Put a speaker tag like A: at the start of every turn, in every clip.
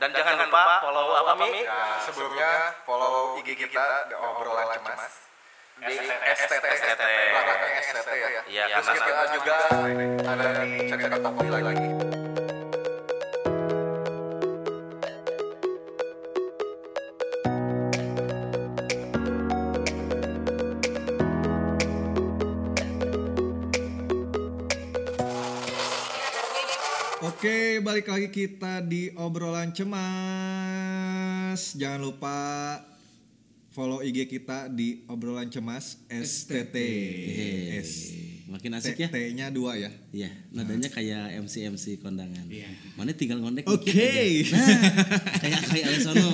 A: Dan, jangan, lupa, follow apa mi?
B: Ya, sebelumnya follow IG kita The Obrolan Cemas. Di STT,
A: STT.
B: belakangnya STT ya.
A: Iya,
B: Terus
A: karena-
B: kita juga ada di cerita kopi lagi.
C: Oke, balik lagi kita di obrolan cemas. Jangan lupa follow IG kita di obrolan cemas STT. S.
D: Makin asik ya.
C: T-nya dua ya.
D: Iya, nadanya kayak MC MC kondangan. Mana tinggal ngondek.
C: Oke.
D: dikit aja. Nah, kayak kayak Alessano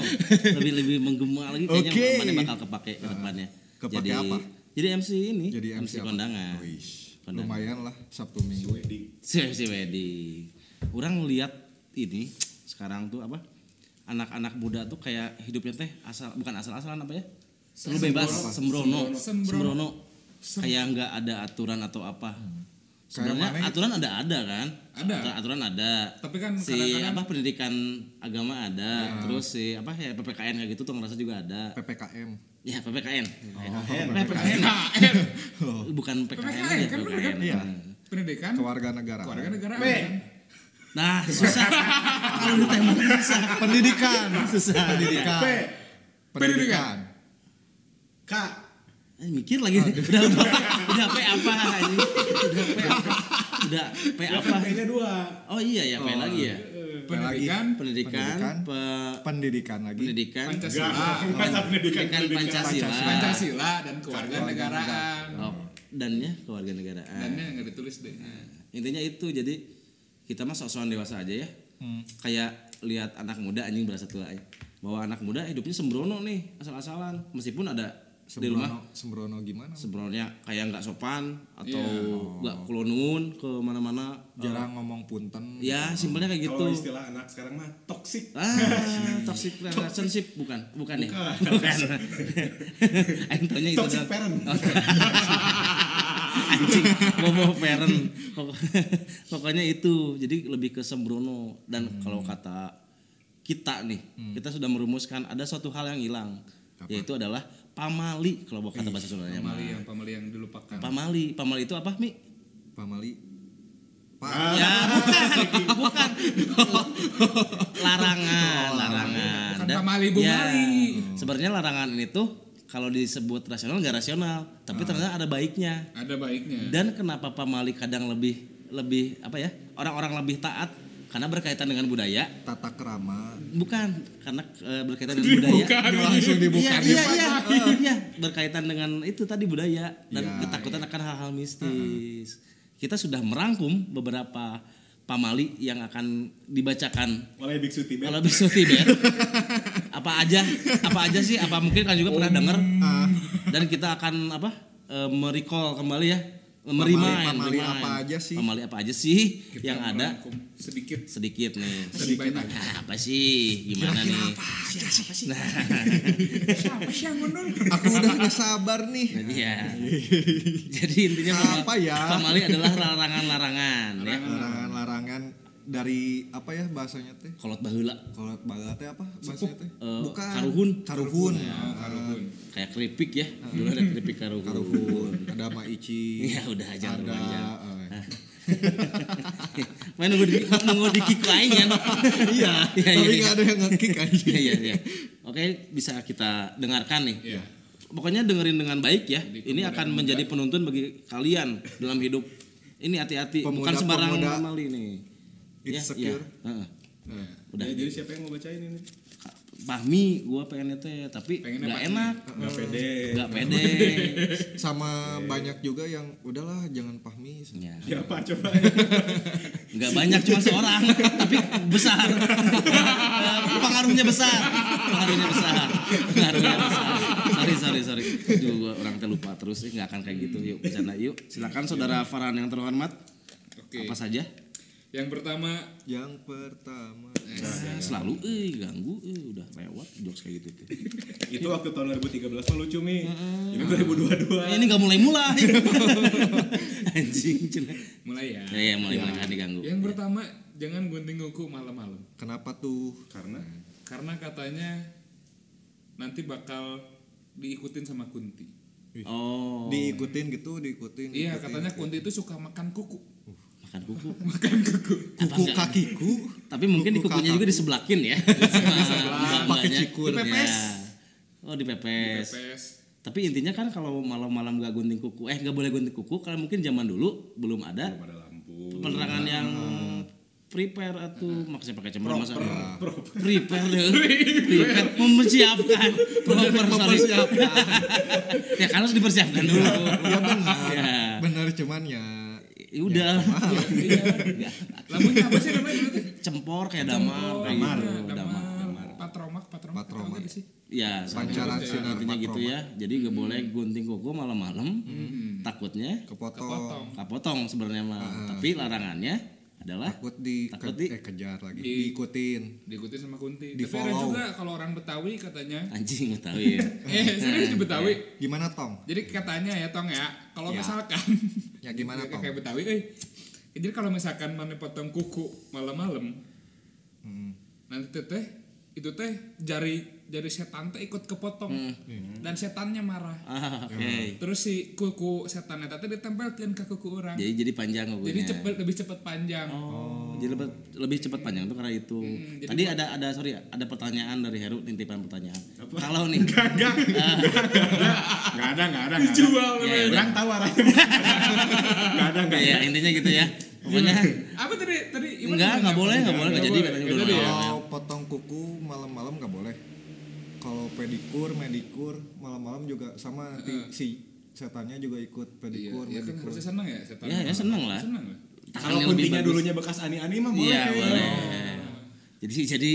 D: lebih lebih menggema lagi kayaknya
C: Oke.
D: mana bakal kepake ke depannya.
C: Kepake
D: jadi,
C: apa?
D: Jadi MC ini.
C: Jadi MC, apa? Oh iya.
D: kondangan.
C: Wih,
D: Kondangan.
C: Lumayan lah Sabtu Minggu.
D: Si MC Wedi. Orang lihat ini sekarang tuh apa? Anak-anak muda tuh kayak hidupnya teh asal bukan asal-asalan apa ya? Terlalu bebas, sembrono,
E: Sembrono.
D: sembrono. Kayak nggak ada aturan atau apa.
E: Hmm.
D: Sebenarnya
C: mana-
D: aturan ada ada kan?
E: Ada.
D: Aturan- Aturan ada.
E: Tapi kan
D: si
E: kadang-kadang- Ah.
D: apa pendidikan agama ada, terus si apa ya PPKN kayak gitu tuh ngerasa juga ada.
C: PPKM.
D: Ya PPKN.
E: Oh, PPKN. Oh.
D: Bukan PKN,
E: PPKN,
D: aja,
E: kan bener kan?
D: PPKN.
C: Iya.
E: Pendidikan
C: Kewarganegaraan.
E: kewarganegaraan.
D: Nah, susah. Kalau ditembak susah.
C: Pendidikan.
D: Susah.
C: Pendidikan. Pendidikan.
E: K.
D: Eh, mikir
C: Oh,
D: lagi
C: gitu.
D: udah apa udah p apa anjing udah p apa udah p apa
F: Kayaknya dua.
D: oh iya ya p lagi ya
E: Pendidikan
C: Pendidikan.
D: pendidikan pe-
C: Pendidikan lagi.
D: pendidikan
E: Pancasila.
F: Masa pendidikan
D: pendidikan pancasila
E: Pancasila dan kewarganegaraan.
D: oh, dan ya kewarganegaraan
E: Dan ya. yang nggak ditulis deh.
D: intinya itu jadi kita mah sok-sokan dewasa aja ya kayak lihat anak muda anjing berasa tua aja. bahwa anak muda hidupnya sembrono nih asal-asalan meskipun ada di rumah Oh.
C: Sembrono, sembrono gimana?
D: sebenarnya kayak nggak sopan atau
F: Iya. Oh.
D: nggak kulonun ke mana-mana
C: Jarang ngomong punten.
D: ya simpelnya kayak gitu
F: Kalau istilah anak sekarang mah toksik.
D: ah toxic relationship bukan bukan ya
F: Bukan.
D: bukan Aing taunya itu
F: Toxic
D: doang.
F: parent.
D: Oh. anjing bobo parent Pokok- pokoknya itu jadi lebih ke sembrono dan
F: Hmm.
D: kalau kata kita nih kita sudah merumuskan ada suatu hal yang hilang yaitu adalah pamali kalau kata
F: Iya,
D: bahasa Sundanya mah.
E: Pamali yang pamali yang dilupakan.
D: pamali pamali itu apa mi
C: Pamali.
D: Ya, bukan. bukan. larangan, larangan.
E: Bukan
D: Dan-
E: Kan pamali, Bu
D: ya,
E: Mali.
D: Sebenarnya larangan ini tuh kalau disebut rasional nggak rasional, tapi ternyata ada baiknya.
E: Ada baiknya.
D: Dan kenapa pamali kadang lebih lebih apa ya? Orang-orang lebih taat karena berkaitan dengan budaya,
C: Tata kerama.
D: bukan karena eh, berkaitan dengan budaya.
C: Langsung dibuka.
D: Iya, iya, iya, Eh, iya, berkaitan dengan itu tadi budaya dan
C: Iya.
D: ketakutan akan hal-hal mistis. Kita sudah merangkum beberapa pamali yang akan dibacakan
F: Mulai biksu Tibet.
D: oleh Biksu Tibet. apa aja, apa aja sih? Apa mungkin kan juga
C: Oh.
D: pernah dengar?
C: Ah.
D: Dan kita akan apa? eh, merecall kembali ya, merimain,
C: pamali
D: merimain.
C: apa aja sih?
D: Pamali apa aja sih yang ada
E: merangkum sedikit
D: sedikit nih.
E: sedikit banyak.
D: Nah, apa sih? Gimana nih?
C: ya? Aku udah gak sabar nih.
D: Iya. Jadi intinya
C: Apa
D: pama-
C: ya?
D: pamali adalah larangan-larangan ya.
C: Larangan-larangan dari apa ya bahasanya teh?
D: Kolot baheula
C: Kalau bala teh apa bahasanya teh?
D: Eh,
C: Bukan.
D: karuhun. ya,
C: Karuhun. Ah,
D: kayak keripik ya. Dulu ada keripik karuhun.
C: Karuhun. Ada maici.
D: Ya udah aja
C: Ada.
D: panjang.
C: eh,
D: Main nunggu di nunggu di kick lain ya. Iya. Iya
C: Tapi
D: iya.
C: gak ada yang ngekick eh.
F: kan?
C: aja.
D: Iya iya iya. Oke, bisa kita dengarkan nih.
E: Iya.
D: Pokoknya dengerin dengan baik ya. Ini akan menjadi penuntun bagi kalian dalam hidup. Ini hati-hati, bukan
C: Pemuda-
D: sembarang
C: pemuda.
D: pamali nih.
C: It's
D: Iya.
C: secure.
D: Heeh.
F: Udah. Ya, jadi siapa yang mau bacain ini?
D: Pahmi gua pengennya teh tapi
E: Pengennya
D: nggak
E: Pahmi.
D: enak,
F: Enggak pede.
D: nggak pede.
C: Sama banyak juga yang udahlah jangan pahmi.
D: Ya.
F: Siapa coba?
D: Nggak banyak cuma seorang, tapi besar. Pengaruhnya besar. Pengaruhnya besar. Pengaruhnya besar. Sorry, sorry, sorry. Aduh, gua orang teh lupa terus, eh, nggak akan kayak gitu. Yuk, bercanda. Yuk, silakan saudara Farhan yang terhormat.
E: Oke.
D: Apa saja?
E: Yang pertama
C: Yang pertama.
D: Selalu, eh ganggu, eh udah lewat jokes kayak gitu. teh.
F: Itu waktu tahun 2013 mah lucu mi. Ini 2022.
D: Ini nggak mulai-mulai. Anjing, cina.
E: mulai ya.
D: Ya, ya mulai-mulai kan diganggu.
E: Yang pertama jangan gunting kuku malam-malam
C: Kenapa tuh? Kan.
F: Karena
E: karena katanya nanti bakal diikutin sama kunti.
D: Oh.
C: Diikutin gitu, diikutin.
E: Iya,
C: diikutin.
E: katanya kunti itu suka makan kuku.
D: Makan kuku.
C: kuku
D: Apa enggak?
C: kakiku.
D: Tapi mungkin di
C: Kuku
D: kukunya
C: kakak.
D: juga diseblakin ya. Sama mbak-mbaknya.
C: Pakai cikur. Dipepes.
D: Oh, dipepes.
E: Pepes.
D: Tapi intinya kan kalau malam-malam gak gunting kuku, eh gak boleh gunting kuku karena mungkin zaman dulu belum ada
F: pada lampu.
D: penerangan yang prepare atau maksudnya pakai cemara masa
F: Proper.
D: prepare deh prepare mempersiapkan proper sorry ya kan harus dipersiapkan dulu
C: Iya benar.
D: Ya.
C: Benar cuman ya
D: ya udah Ya,
E: Lamunnya Iya. apa sih namanya berarti? Iya,
D: cempor kayak damar kayak
F: Damar.
D: gitu.
E: Damar,
D: damar damar
E: patromak,
C: Patromak.
E: patromak, patromak sih.
D: ya sama.
C: pancaran sinar
D: intinya gitu
C: makroma.
D: ya jadi nggak
F: Hmm.
D: boleh gunting kuku malam-malam takutnya
C: Kepotong.
D: kapotong sebenarnya mah
F: Ah.
D: tapi larangannya adalah
C: Takut di,
D: Takut
C: ke-
D: di-
C: eh, kejar lagi.
E: di-
C: Diikutin.
E: Diikutin sama kunti.
C: Di
E: Tapi ada
C: follow.
E: juga kalau orang Betawi katanya.
D: anjing nggak tahu ya
E: Eh, serius
D: iya.
E: di Betawi.
C: Gimana tong?
E: Jadi katanya ya Tong ya, kalau
C: Ya.
E: misalkan
C: Ya, gimana, Tong?
E: kayak Betawi, eh. Jadi kalau misalkan mana potong kuku malam-malam,
C: Hmm.
E: nanti teh itu teh jari jari setan teh ikut kepotong dan setannya marah.
D: Hmm. ah, oke
E: Terus si kuku setan eta teh ditempelkeun ke kuku orang.
D: jadi jadi panjang kukunya
E: Jadi cepet lebih cepet panjang.
D: Iya, oh jadi lebih, lebih cepat panjang tuh karena itu
E: Hmm,
D: tadi ada ada sorry ya, ada pertanyaan dari Heru titipan pertanyaan kalau nih
F: Enggak. Enggak ada, enggak ada. Dijual.
D: ya, ya, udah.
F: Orang tahu arahnya. Enggak ada, enggak
D: ya
F: ada.
D: intinya gitu ya pokoknya
E: Apa tadi tadi Iwan
D: enggak
E: nanya
D: nggak
E: apa? Iya,
D: boleh nggak boleh nggak jadi katanya udah
E: jadi ya.
D: lama.
C: Kalau potong kuku malam-malam nggak boleh. Kalau pedikur, medikur malam-malam juga sama nanti si setannya juga ikut
E: Iya,
C: pedikur,
E: iya kan
C: medikur.
E: harusnya seneng ya setan.
D: ya ya seneng lah
E: Seneng lah.
D: Tangan
F: Kalau
D: yang lebih
F: kuntinya
D: bagus.
F: dulunya bekas ani-ani mah boleh.
D: Iya boleh. Jadi sih jadi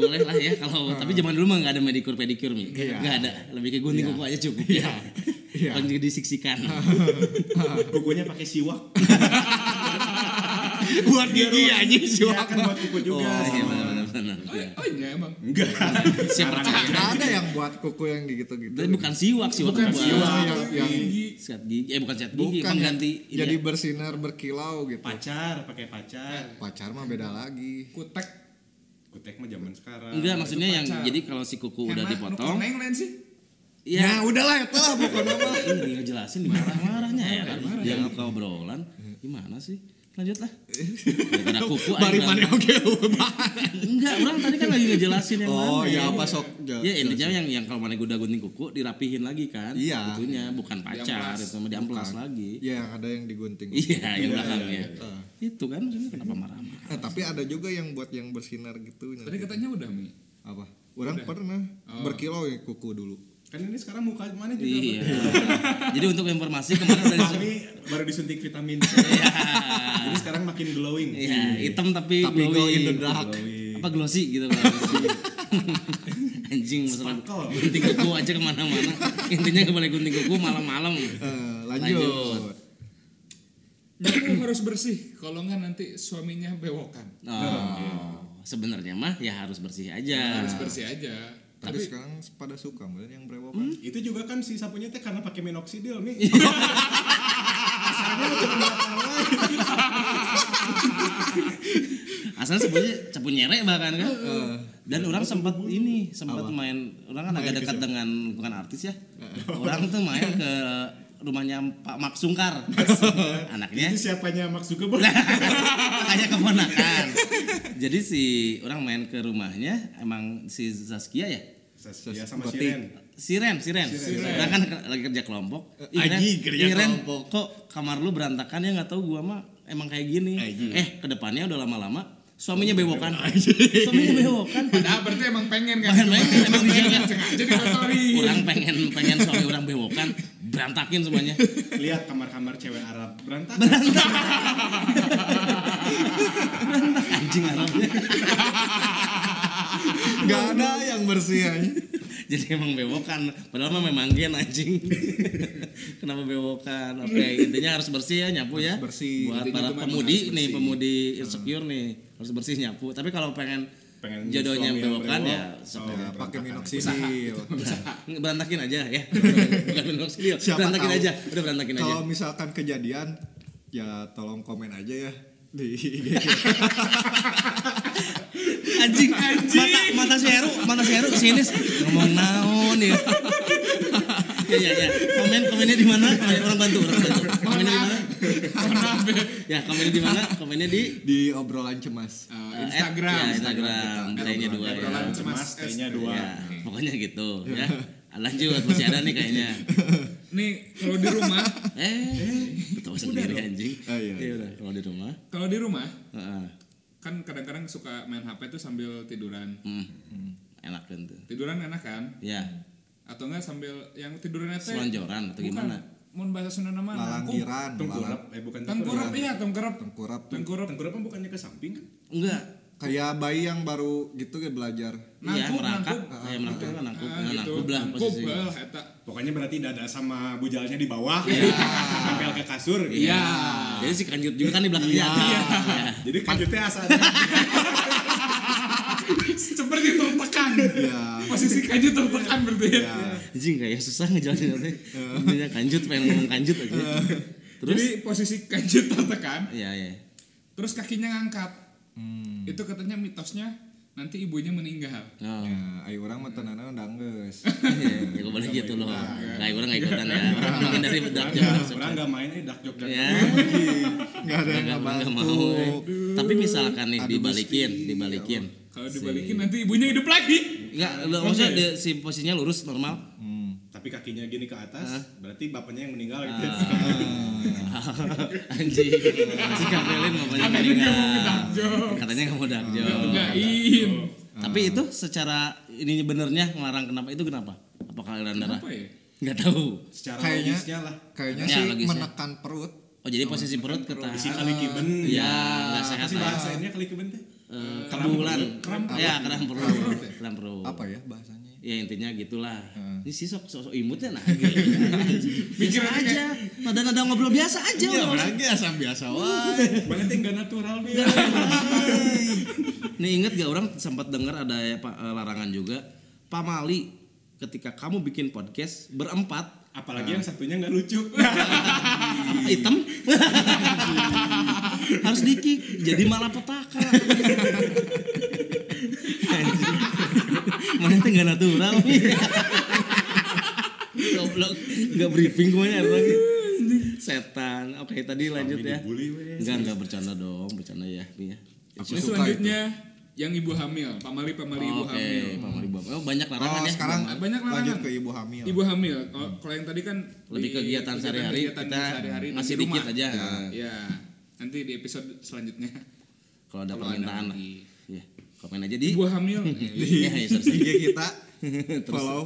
D: boleh lah ya
F: Ah.
D: kalau tapi zaman dulu mah nggak ada medikur pedikur mi,
C: Iya.
D: nggak ada. Lebih ke gunting kuku aja cukup ya.
C: Iya.
D: Kalau jadi siksikan.
F: Ah. Kukunya pakai siwak.
D: buat gigi aja
F: Iya kan buat kuku juga.
D: Oh iya
F: sama.
D: benar benar.
E: Oh, iya, oh iya emang.
F: Enggak.
D: Siapa percaya?
C: Nggak ada yang buat kuku yang gitu-gitu.
D: Tapi bukan siwak siwak bukan
C: Iya,
D: siwak.
E: Oh,
C: yang, yang
D: Sikat gigi, eh bukan sikat gigi,
C: bukan yang
D: pengganti ini
C: jadi
D: ya.
C: bersinar berkilau gitu.
F: Pacar, pakai pacar.
C: Pacar mah beda lagi.
E: Kutek.
F: Kutek mah zaman sekarang.
D: Enggak maksudnya yang
E: pacar.
D: jadi kalau si kuku udah
E: Hema, nu
D: dipotong,
E: koneng lain sih.
C: Ya,
D: ya Iya,
C: udahlah itu lah pokoknya mah.
D: ini lagi ngejelasin marah-marahnya ya kan. Jangan kau obrolan. Gimana sih? Lanjutlah. Gara-gara kuku
C: Bari
D: ayo,
C: mani oke
D: Enggak, orang tadi kan lagi ngejelasin yang
C: Oh,
D: mana.
C: ya apa sok.
D: Ya intinya yang yang kalau mana udah gunting kuku dirapihin lagi kan.
C: Iya.
D: Itunya bukan pacar itu mah diamplas lagi.
C: Ya, yang ada yang digunting.
D: Iya, yang belakangnya.
C: iya.
D: Itu kan maksudnya kenapa marah-marah?
C: Eh, tapi ada juga yang buat yang bersinar gitu.
E: Tadi
D: kan-
E: katanya udah mi.
C: apa orang pernah
D: Oh.
C: berkilau ya kuku dulu
F: Kan ini sekarang muka mana juga.
D: Iya. Jadi untuk informasi kemarin udah
F: Tapi
D: disebut.
F: baru disuntik vitamin.
D: Iya.
F: Jadi sekarang makin glowing.
D: Iya, hitam tapi,
C: Tapi glow in the
D: glowing.
C: dark.
F: Glowing.
D: Apa glossy gitu Pak. Anjing masalah
F: Sparkle.
D: gunting kuku aja kemana-mana. Intinya nggak boleh gunting kuku malam-malam.
C: Eh, lanjut,
D: Lanjut.
E: Nyamuk harus bersih, kalau enggak nanti suaminya bewokan.
D: Oh, sebenarnya mah ya harus bersih aja.
E: Harus bersih aja.
C: tapi sekarang pada suka mungkin yang
D: Hmm.
C: berewokan
F: Itu juga kan si sapunya teh karena pakai minoxidil nih.
D: Iya.
F: Asalnya lu cuma bakal lain.
D: Asal sebenarnya cepu nyerek bahkan kan. Dan orang sempat ini sempat main orang kan agak dekat dengan bukan artis ya. Orang tuh main ke rumahnya Pak Mak Sungkar. Anaknya
F: Itu siapanya Mark Zuckerberg?
D: kayak keponakan. Jadi si orang main ke rumahnya emang si Zaskia ya?
F: Saskia Iya, sama
C: Batik.
F: Siren.
D: Siren, Siren. Orang kan ke- lagi kerja kelompok. Ih,
C: Aji
D: Ren,
C: kerja
D: ih, Ren,
C: kelompok.
D: Kok kamar lu berantakan ya nggak tahu gua mah emang kayak gini. Eh, kedepannya udah lama-lama suaminya bewokan. suaminya bewokan.
E: Padahal Nah, berarti emang pengen kan?
D: Pengen, pengen, emang dijaga.
E: Sengaja dikotori.
D: Orang pengen pengen suami orang bewokan berantakin semuanya.
F: Lihat kamar-kamar cewek Arab berantakan.
D: Berantakan. Berantakan anjing Arabnya.
C: nggak ada yang bersih aja
D: Jadi emang bewokan, padahal mah memang gen anjing. Kenapa bewokan? Oke, intinya harus bersih ya nyapu ya.
C: Harus bersih.
D: Buat
E: Intinya
D: para
E: itu memang
D: pemudi
E: harus
D: nih,
E: bersih.
D: pemudi insecure nih harus bersih nyapu. Tapi kalau pengen,
F: Pengen
D: jodohnya
F: suami yang
D: bewokan
F: berewok.
D: ya sok
F: Oh.
D: deh.
C: pakai minoxidil
D: berantakin aja ya. Bukan minoxidil,
C: Siapa
D: berantakin
C: tahu.
D: aja. Udah berantakin aja.
C: kalau misalkan kejadian ya tolong komen aja ya di IG
D: anjing anjing mata mata si Heru mata si Heru sinis ngomong naon ya ya ya ya komen komennya di mana komen orang bantu orang bantu komennya di mana ya komennya di mana komennya di
C: di obrolan cemas
E: Eh,
D: eh,
E: Instagram.
D: ya, Instagram T-nya dua ya
E: Obrolan cemas.
F: Mas, T-nya dua.
D: Ya, pokoknya gitu ya lanjut masih ada nih kayaknya
E: Nih kalau di rumah,
D: eh ketawa sendiri anjing
C: Ah, iya.
D: ya udah kalau di rumah
E: kalau di rumah
D: heeh.
E: kan kadang-kadang suka main HP tuh sambil tiduran.
D: Hmm, enak kan tuh
E: Tiduran enak kan?
D: ya
E: Atau enggak sambil yang tidurannya teh
D: selonjoran atau gimana
E: Mau bahasa Sunda
D: Ah,
E: nama
C: lalangiran
F: Tengkurap,
C: lalang-
F: eh bukan
E: Tengkurap iya, tengkurap.
C: tengkurap tuh.
E: Tengkurap.
F: Tengkurap kan bukannya ke samping kan?
D: enggak
C: kayak bayi yang baru gitu kayak belajar
D: Iya
E: Nangkub,
D: merangkap,
E: nangkub.
D: kayak merangkap kan nangkub,
E: Ah,
D: nah,
E: gitu.
D: nangkub lah
E: Nangkub,
D: posisi. Iya.
E: eh, eta.
F: Pokoknya berarti dada sama bujalnya di bawah. Nempel ke kasur.
D: Iya. Jadi si kanjut juga kan di belakangnya. Iya.
F: Jadi kanjutnya asal ada.
E: Seperti tertekan.
C: Iya.
E: Posisi kaju tertekan berarti. ya.
D: Anjing kayak susah ngejelasin nanti. Intinya kanjut pengen ngomong kanjut aja. Terus
E: Jadi posisi kaju tertekan,
D: iya iya.
E: terus kakinya ngangkat.
D: Hmm.
E: Itu katanya mitosnya nanti ibunya meninggal.
D: Oh.
C: ya ayo orang mah tenana danggeus
D: Iya, Iya. Ya gue boleh gitu loh. Kayak gue nggak ikutan ya. Orang menghindari dark joke. dark joke.
F: Orang nggak main eh dak jok dak.
D: Ya.
C: nggak ada yang
D: Nggak nggak mau.
C: ngebantu
D: eh. Tapi misalkan nih dibalikin, dibalikin.
E: Kalau dibalikin nanti ibunya hidup lagi.
D: Enggak, Iya. maksudnya dia- si posisinya lurus normal.
C: Hmm.
F: Tapi kakinya gini ke atas, berarti bapaknya yang meninggal gitu.
D: Ah. Anjing. Si Kapelin mau banyak
E: Katanya dia mau ke
D: meninggal.
E: dark joke.
D: Katanya nggak mau dark joke. iya.
E: Enggakain.
D: Tapi itu secara ini benernya ngelarang kenapa itu kenapa? Apakah aliran darah?
E: Apa ya?
D: Nggak tahu.
F: Secara
C: Kayaknya-
F: logisnya lah.
C: kayaknya
D: Ya,
C: sih
D: logisnya.
C: menekan perut
D: Oh jadi posisi perut ketahan.
F: Si kali kiben.
D: Ya, nggak
F: Apa
D: sehat
F: sih
D: lah.
F: bahasanya kali kiben teh?
D: Eh, Kebulan. Ya, keram perut. Keram perut.
C: apa ya bahasanya
D: Ya intinya gitulah. Ini sih sok sok imutnya nah. Pikir aja. Nada-nada ngobrol biasa aja. udah.
C: asam biasa wae
F: Banyak yang nggak natural nih.
D: Nih inget gak orang sempat dengar ada ya, Pak, eh, larangan juga. Pak Mali ketika kamu bikin podcast berempat
F: Apalagi yang satunya nggak lucu.
D: hitam harus dikik jadi malapetaka Anjing. mana itu nggak natural goblok nggak briefing kemana ada lagi setan oke tadi lanjut ya
F: dibully, weh.
D: enggak enggak bercanda dong bercanda ya Nih ya
C: aku
E: Terus
C: suka itu
E: selanjutnya yang ibu hamil, pamali pamali ibu
D: oke
E: hamil. Nah,
D: pamali bapak oh banyak larangan
C: oh
D: ya
C: sekarang
E: Banyak larangan.
C: lanjut ke ibu hamil
E: Ibu hamil. Kalau kalau yang tadi kan
D: lebih
E: di-
D: kegiatan sehari-hari
E: kegiatan
D: kita
E: sehari-hari di
D: masih
E: rumah.
D: dikit aja
E: Ya, nanti di episode selanjutnya.
D: kalau ada
E: Kalau ada
D: permintaan lah
E: lagi.
D: ya komen aja di
E: Ibu hamil. Eh,
D: ya, ya, sorry.
C: IG kita follow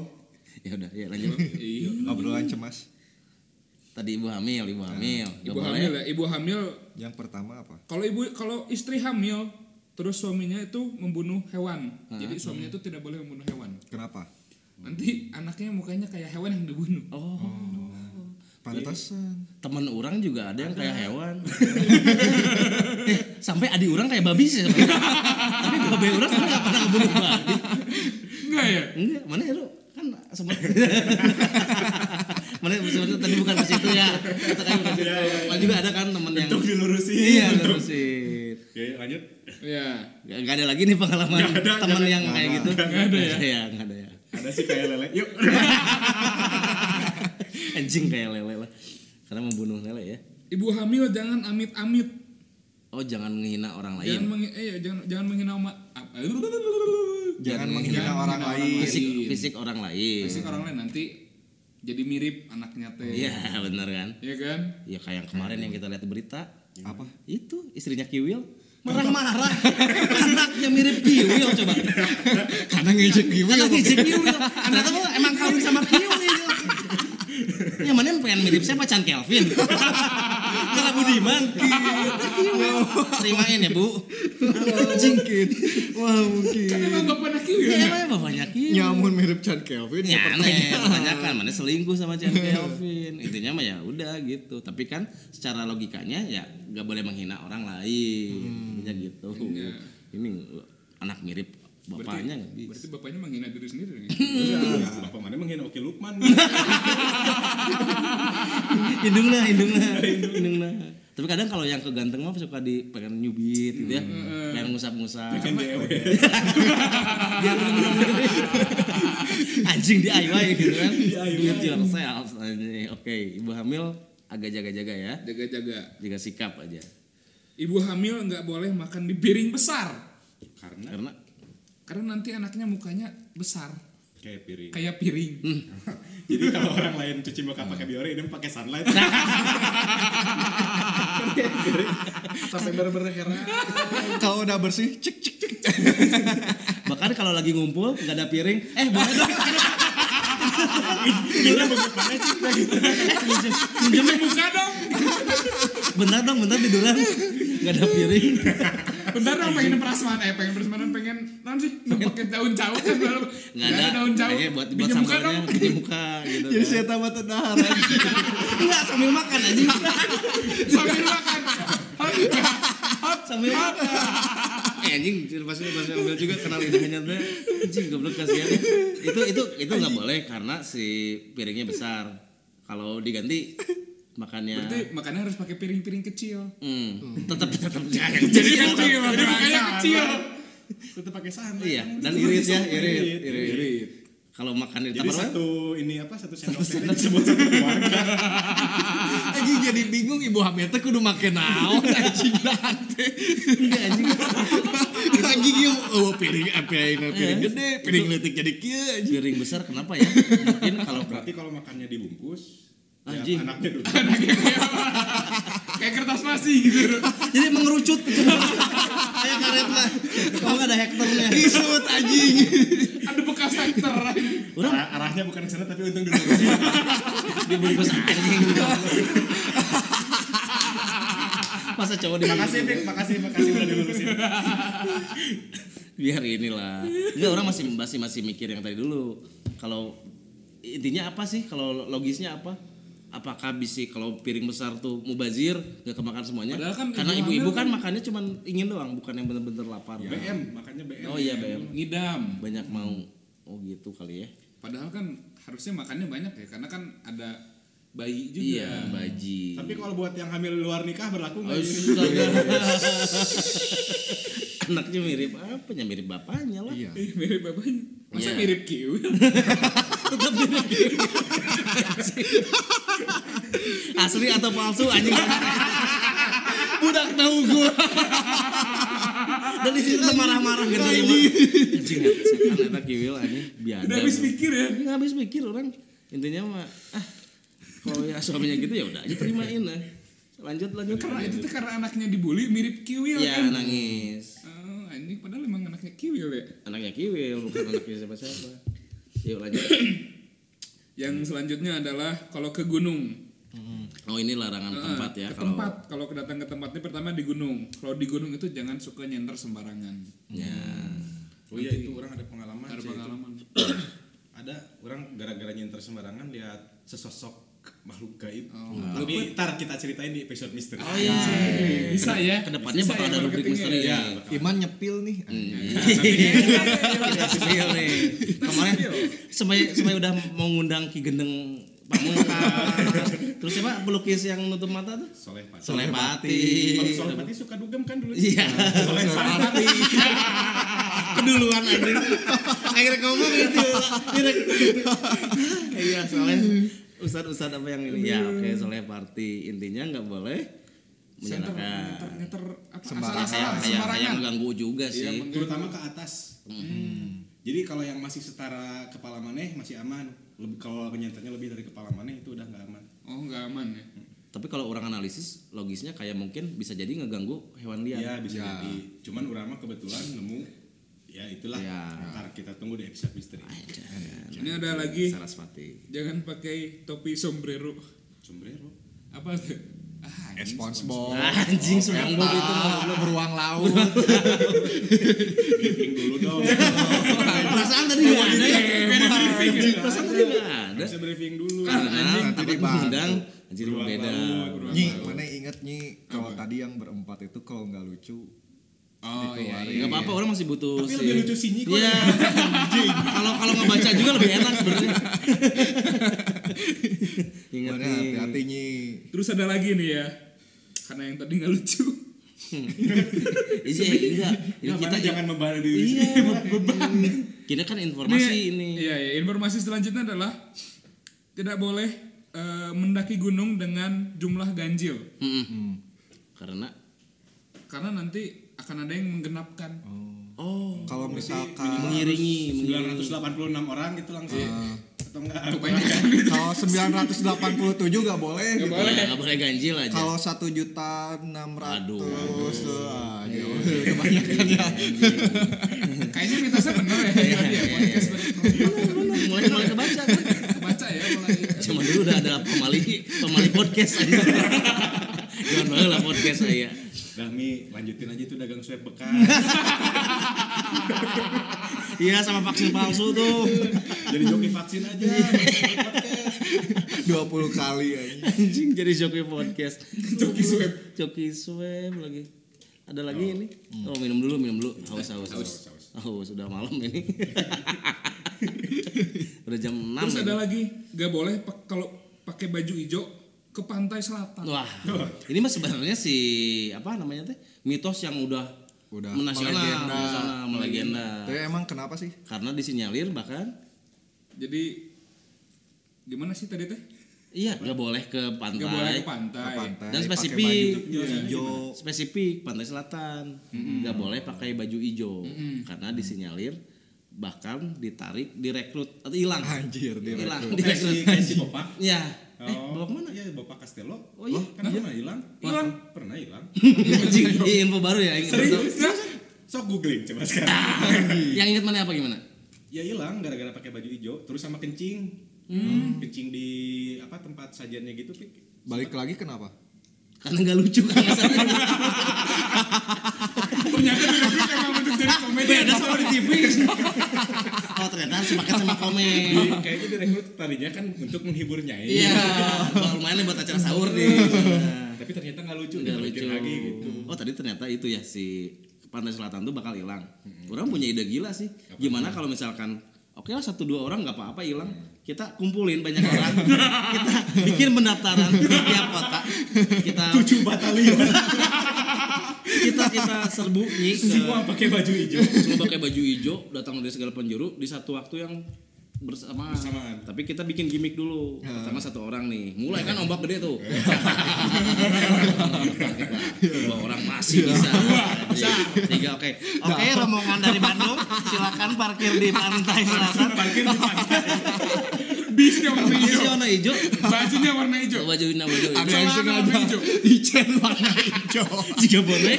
D: ya udah ya lanjut
E: Iya.
C: obrolan cemas
D: tadi ibu hamil Nah, ibu hamil Gak
E: Ibu
D: boleh.
E: hamil ya, ibu hamil.
C: yang pertama apa
E: Kalau ibu kalau istri hamil terus suaminya itu membunuh hewan. Jadi suaminya
D: Hmm.
E: itu tidak boleh membunuh hewan.
C: kenapa
E: Nanti anaknya mukanya kayak hewan yang dibunuh.
D: oh
C: pantesan
D: teman orang juga ada yang kayak hewan Eh, sampai adik orang kayak babi sih sebenarnya. tapi babi orang sebenarnya nggak pernah ngebunuh babi
E: Enggak ya?
D: enggak mana ya lu kan sebenarnya mana sebenarnya tadi bukan ke situ ya kita kan bukan ke situ Mana juga ada kan teman yang
F: Untuk dilurusin.
D: iya terusin
F: Oke, lanjut.
E: Iya.
D: Gak gak ada lagi nih pengalaman teman yang kayak gitu. Gak ada ya? Iya, gak ada ya.
F: Ada sih kayak lele. Yuk.
D: Anjing kayak lele lah. Karena membunuh lele ya.
E: Ibu hamil jangan amit-amit.
D: Oh, jangan menghina orang
E: Jangan
D: lain. Iya.
E: mengi- eh, jangan jangan menghina oma.
C: jangan menghina orang lain
D: Fisik fisik orang lain.
E: Pasti orang lain nanti jadi mirip anaknya teh.
D: Iya, bener kan?
E: Iya kan?
D: Ya kayak yang kemarin yang kita lihat di berita.
C: apa
D: Itu istrinya Kiwil marah-marah. Anaknya mirip Kiwil coba.
C: Iya, karena ngejek
D: Karena ngejek Kiwil. Ternyata lu emang kawin sama Kiwil. Ya mana yang pengen mirip siapa Chan Kelvin? Karena Budiman. Terimain ya bu.
C: mungkin wah mungkin
E: Kan emang bapaknya
D: Ya
E: kiwi.
D: emang bapaknya Kiwil.
C: nyamun mirip Chan Kelvin
D: Ya
C: ya
D: aneh, pertanyaan mana selingkuh sama Chan Kelvin. Intinya mah ya udah gitu. Tapi kan secara logikanya ya nggak boleh menghina orang lain. Ya gitu. Ini anak mirip bapaknya nggak bisa.
E: Berarti bapaknya menghina diri sendiri. nih.
D: Hmm.
F: Bapak mana menghina Oki Lukman.
D: hidung lah, hidung lah, hidung lah. Tapi kadang kalau yang keganteng mah suka di pengen nyubit gitu ya. Pengen ngusap-ngusap.
F: Kan dewe.
D: anjing DIY gitu kan.
F: DIY.
D: Do it yourself anjing. Oke, Ibu hamil agak jaga-jaga ya.
E: Jaga-jaga.
D: Jaga sikap aja.
E: Ibu hamil nggak boleh makan di piring besar
F: Karena
D: Karena
E: karena nanti anaknya mukanya besar
F: kayak piring.
E: kayak piring.
D: Hmm.
F: Jadi kalau orang lain cuci muka pakai biore, dia pakai sunlight.
D: Nah,
G: sampai bener-bener heran
C: Kalau udah bersih, cek cek cek.
D: bahkan kalau lagi ngumpul nggak ada piring, eh boleh dong.
F: Gila bagaimana sih?
D: gitu. Minjem ya.
E: Buka dong.
D: bentar dong, bentar tiduran. Nggak ada piring.
E: Bentar dong pengen prasmanan eh pengen prasmanan pengen naon sih nu pakai daun cawet kan bener.
D: Nggak ada.
E: daun cawet.
D: Kayaknya buat buat
E: Pinjam muka
D: sambalnya,
E: dong.
D: bikin muka gitu.
C: Jadi
D: kan.
C: Ya, saya tambah tenang. anjing.
D: Enggak sambil makan anjing.
E: Sambil makan. Hot, hot,
D: Sambil Eh anjing pasti pasti ambil juga kenal lidahnya tuh. Anjing goblok kasihan. ya. Itu itu itu nggak boleh karena si piringnya besar. Kalau diganti makannya
E: Berarti makannya harus pakai piring-piring kecil.
D: hmm, tetap tetap jangan
E: Jadi kecil, jadi makanya kecil.
F: Tetap pakai sunlight.
D: iya dan irit ya irit irit,
F: Irit.
D: kalau makan di
F: Jadi
D: kamar
F: satu ini apa satu sendok teh disebut satu keluarga.
G: anjing jadi bingung ibu hamil teh kudu make naon anjing lah teh
C: Iya,
D: enggak anjing
G: anjing ieu
C: Oh,
G: eueuh piring
C: eh,
G: apa ini piring
D: Iya.
G: gede piring leutik jadi kieu anjing
D: Eh, piring besar kenapa ya mungkin kalau
F: Berarti kalau makannya dibungkus, ya
D: Anjing.
F: anaknya dulu.
E: Kayak kertas nasi gitu.
D: jadi mengerucut kayak karet lah kamu nggak ada hektarnya
G: isut anjing
E: Ada bekas sektor.
D: Orang-
F: Arah- arahnya bukan ke sana tapi untung dulu.
D: dibungkus anjing masa cowok dimakan
F: makasih Fik, makasih makasih udah dilurusin.
D: biar inilah enggak orang masih masih masih mikir yang tadi dulu kalau intinya apa sih kalau logisnya apa apakah bisi kalau piring besar tuh mubazir gak kemakan semuanya
E: Padahal kan
D: karena
E: ibu
D: ibu-ibu
E: hamil
D: kan makannya cuman ingin doang bukan yang bener-bener lapar
F: BM, makanya BM.
D: oh iya Bem
E: Ngidam.
D: banyak mau oh gitu kali ya
E: Padahal kan harusnya makannya banyak ya karena kan ada bayi juga.
D: iya baji Oh,
F: Tapi kalau buat yang hamil luar nikah berlaku nggak? ini?
D: Astaga. anaknya mirip apanya mirip bapaknya lah
C: Iya.
E: Ih, Eh, mirip bapaknya. Masa
D: Iya.
E: mirip Kiwi?
D: asli atau palsu anjing budak tahu gue dan di situ marah-marah gitu anjing ya, setan eta kiwil anjing biadab
E: Udah habis pikir ya.
D: nggak habis mikir orang intinya mah ah kalau ya suaminya gitu ya udah aja terimain lah lanjut lanjut
E: Karena itu tuh karena anaknya dibully mirip Kiwi
D: ya
E: kan.
D: nangis
E: Oh, anjing padahal emang anaknya Kiwi ya.
D: anaknya kiwil bukan anaknya siapa-siapa yuk lanjut Hmm.
E: Yang selanjutnya adalah kalau ke gunung.
D: oh ini larangan
E: Eh,
D: tempat ya
E: ke
D: kalau
E: tempat kalau datang ke tempatnya pertama di gunung kalau di gunung itu jangan suka nyenter sembarangan
D: ya
F: Oh iya itu orang ada pengalaman.
E: ada
F: sih, itu.
E: pengalaman
F: Ada orang gara-gara nyenter sembarangan lihat sesosok makhluk gaib. Tapi ntar kita ceritain di episode misteri.
D: oh iya
E: bisa ya
D: kedepannya
E: Bisa
D: bakal
E: ya
D: ada rubrik
E: marketingnya
D: misteri ya
C: Iman nyepil nih.
E: Iya,
D: Spill nih. Iya, Kemarin semai semai udah mau ngundang Ki Gendeng Pamungkas. Terus siapa pelukis yang nutup mata tuh?
F: Soleh Pati.
D: Solepati.
F: Kalau Soleh Pati suka dugem kan dulu.
D: Iya.
F: Soleh Pati.
D: Keduluan anjing. Akhirnya ngomong gitu. Iya, soalnya ustad-ustad apa yang ini? Ya, oke, soleh party. Intinya nggak boleh
E: Nyenter- nyenter
D: menyalahkan. Ya,
E: nyenter apa
C: Sembarangan.
E: asal-asalan,
D: Kayak kayak kayak
E: sembarangan
D: mengganggu juga
E: Iya,
D: sih.
F: Terutama ke atas.
D: Hmm.
F: Jadi kalau yang masih setara kepala maneh masih aman. Lebih kalau nyenternya lebih dari kepala maneh itu udah nggak aman.
E: oh nggak aman ya
D: Tapi kalau orang analisis logisnya kayak mungkin bisa jadi ngeganggu hewan liar.
F: Iya bisa jadi. Cuman Urama kebetulan nemu ya itulah.
D: Ya.
F: Ntar kita tunggu di episode misteri.
E: ini ada lagi
D: Sarasvati.
E: jangan pakai topi sombrero
F: Sombrero.
E: apa tuh ah, anjing.
C: SpongeBob.
D: Anjing SpongeBob itu mah.
C: Belum beruang laut.
F: Briefing dulu dong.
D: Iya. Perasaan tadi enggak ada ya. Perasaan tadi enggak ada.
F: Bisa briefing dulu.
D: Karena
C: Nah,
D: tadi
C: tadi bang.
D: mengundang anjir
F: Beruang
D: beda.
F: laut, beruang
C: Nyi, mana inget Nyi kalau tadi yang berempat itu kalau nggak lucu
E: oh iya, iya.
D: Enggak apa-apa orang masih butuh
F: Tapi lebih lucu sinyi kok.
D: Iya. Kalau kalau ngebaca juga lebih enak sebenarnya. Ingat
C: Mana
D: nih.
C: hati-hati Nyi
E: terus ada lagi nih ya karena yang tadi nggak lucu
D: Iya, iya. Ini
F: Nggak,
D: kita
F: Pak, Ya, jangan membara diri
D: Iya,
F: sendiri.
D: beban. Kita kan informasi ini.
E: Iya, iya. informasi selanjutnya adalah tidak boleh eh, mendaki gunung dengan jumlah ganjil
D: Mm-mm. Karena
E: karena nanti akan ada yang menggenapkan.
D: oh,
C: Kalau misalkan
D: mengiringi, mengiringi.
F: 986 orang gitu langsung.
D: Ah.
F: Atau enggak?
C: kalau 987 nggak boleh gitu.
D: Ya, nggak boleh ganjil aja.
C: Kalau satu juta enam
D: Aduh, Iya.
C: ratus,
D: kebanyakan ya.
E: Kayaknya minta saya benar ya. Iya, iya, podcast benar.
D: mulai mulai kebaca kan.
E: Baca ya mulai.
D: Cuma dulu udah ada pemali pemali podcast aja. Jangan banget lah podcast saya.
F: Dah, Mi, lanjutin aja tuh dagang swab bekas.
D: Iya sama vaksin palsu tuh.
F: Jadi joki vaksin aja.
D: Iya.
C: dua puluh kali aja.
D: Anjing jadi joki podcast. Joki swab. Joki swab lagi. Ada lagi ini. Oh minum dulu minum dulu. Haus haus haus. Haus sudah malam ini. udah jam 6
E: Terus ada lagi nggak boleh pa- kalau pakai baju hijau ke pantai selatan.
D: Wah, ini mah sebenarnya si apa namanya teh mitos yang udah
C: Udah
D: menasional,
C: melegenda.
D: menasional, melegenda.
C: Tapi emang kenapa sih?
D: Karena disinyalir bahkan
E: Jadi gimana sih tadi teh?
D: iya nggak boleh ke pantai.
E: Nggak boleh ke
C: Ke
E: pantai.
C: pantai,
D: iya. Dan
C: pakai
D: spesifik.
C: baju
F: Iya.
D: Iya.
C: hijau.
D: Spesifik pantai selatan. nggak boleh pakai baju hijau karena disinyalir bahkan ditarik, direkrut atau hilang.
C: Anjir,
D: Hilang,
C: direkrut.
F: Kayak si,
D: direkrut.
F: kayak si Bapak.
D: Iya.
F: Oh,
D: Eh, bawa kemana?
F: Iya, Bapak Castello.
D: Oh iya.
F: Kan pernah hilang.
D: Hilang.
F: Pernah hilang.
D: Anjing, iya, info baru ya. Ingat baru.
F: Sok googling coba
D: Nah.
F: sekarang.
D: Yang ingat mana apa gimana?
F: Ya hilang gara-gara pakai baju hijau, terus sama kencing.
D: Hmm.
F: Hmm, Kencing di apa tempat sajiannya gitu, Pik.
C: Balik lagi kenapa?
D: Karena nggak lucu kan alasannya.
E: Ternyata direkrut
F: kan
E: emang untuk jadi komedi.
D: beda sama di TV. oh ternyata harus pakai sama
F: Di-
C: Iya.
D: komen.
F: kayaknya direkrut tadinya kan untuk menghibur nyai.
D: Iya, wah, lumayan nih buat acara sahur nih.
C: Iya.
F: Nah, Tapi ternyata nggak lucu,
D: Udah
F: dibalikin
D: lucu.
F: lagi gitu.
D: Oh tadi ternyata itu ya si pantai selatan tuh bakal hilang.
F: Hmm.
D: Orang punya ide gila sih. Gimana kalau misalkan Oke lah satu dua orang nggak apa-apa hilang.
F: Hmm.
D: Kita kumpulin banyak orang. kita bikin pendaftaran di tiap kota. Kita
F: Tujuh batalion
D: kita kita serbu nyi ke-
F: semua pakai baju hijau.
D: semua pakai baju hijau datang dari segala penjuru di satu waktu yang bersamaan.
F: Bersamaan.
D: Tapi kita bikin gimmick dulu. Pertama satu orang nih. Mulai kan ombak gede tuh. Dua orang masih bisa. Bisa. Tiga oke. Oke, rombongan dari Bandung silakan parkir di pantai selatan.
F: Parkir di pantai.
E: Bisnya warna
D: Ini
E: hijau.
D: warna hijau.
E: Bajunya warna hijau.
D: Coba bajuin warna
C: Ada
D: hijau.
C: yang
E: Celana warna
C: sengaja
E: hijau.
C: Ijen warna hijau.
D: Jika boleh.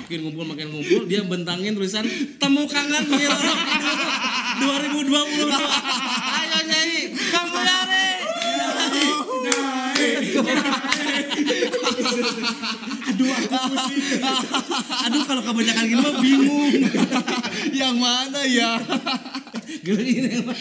D: Makin ngumpul makin ngumpul dia bentangin tulisan temu kangen Mil Rock Idul 2022. Ayo Nyai, kamu ya, lari. Aduh kalau kebanyakan gini mah bingung.
C: Yang mana ya?
D: Gila ini. emang.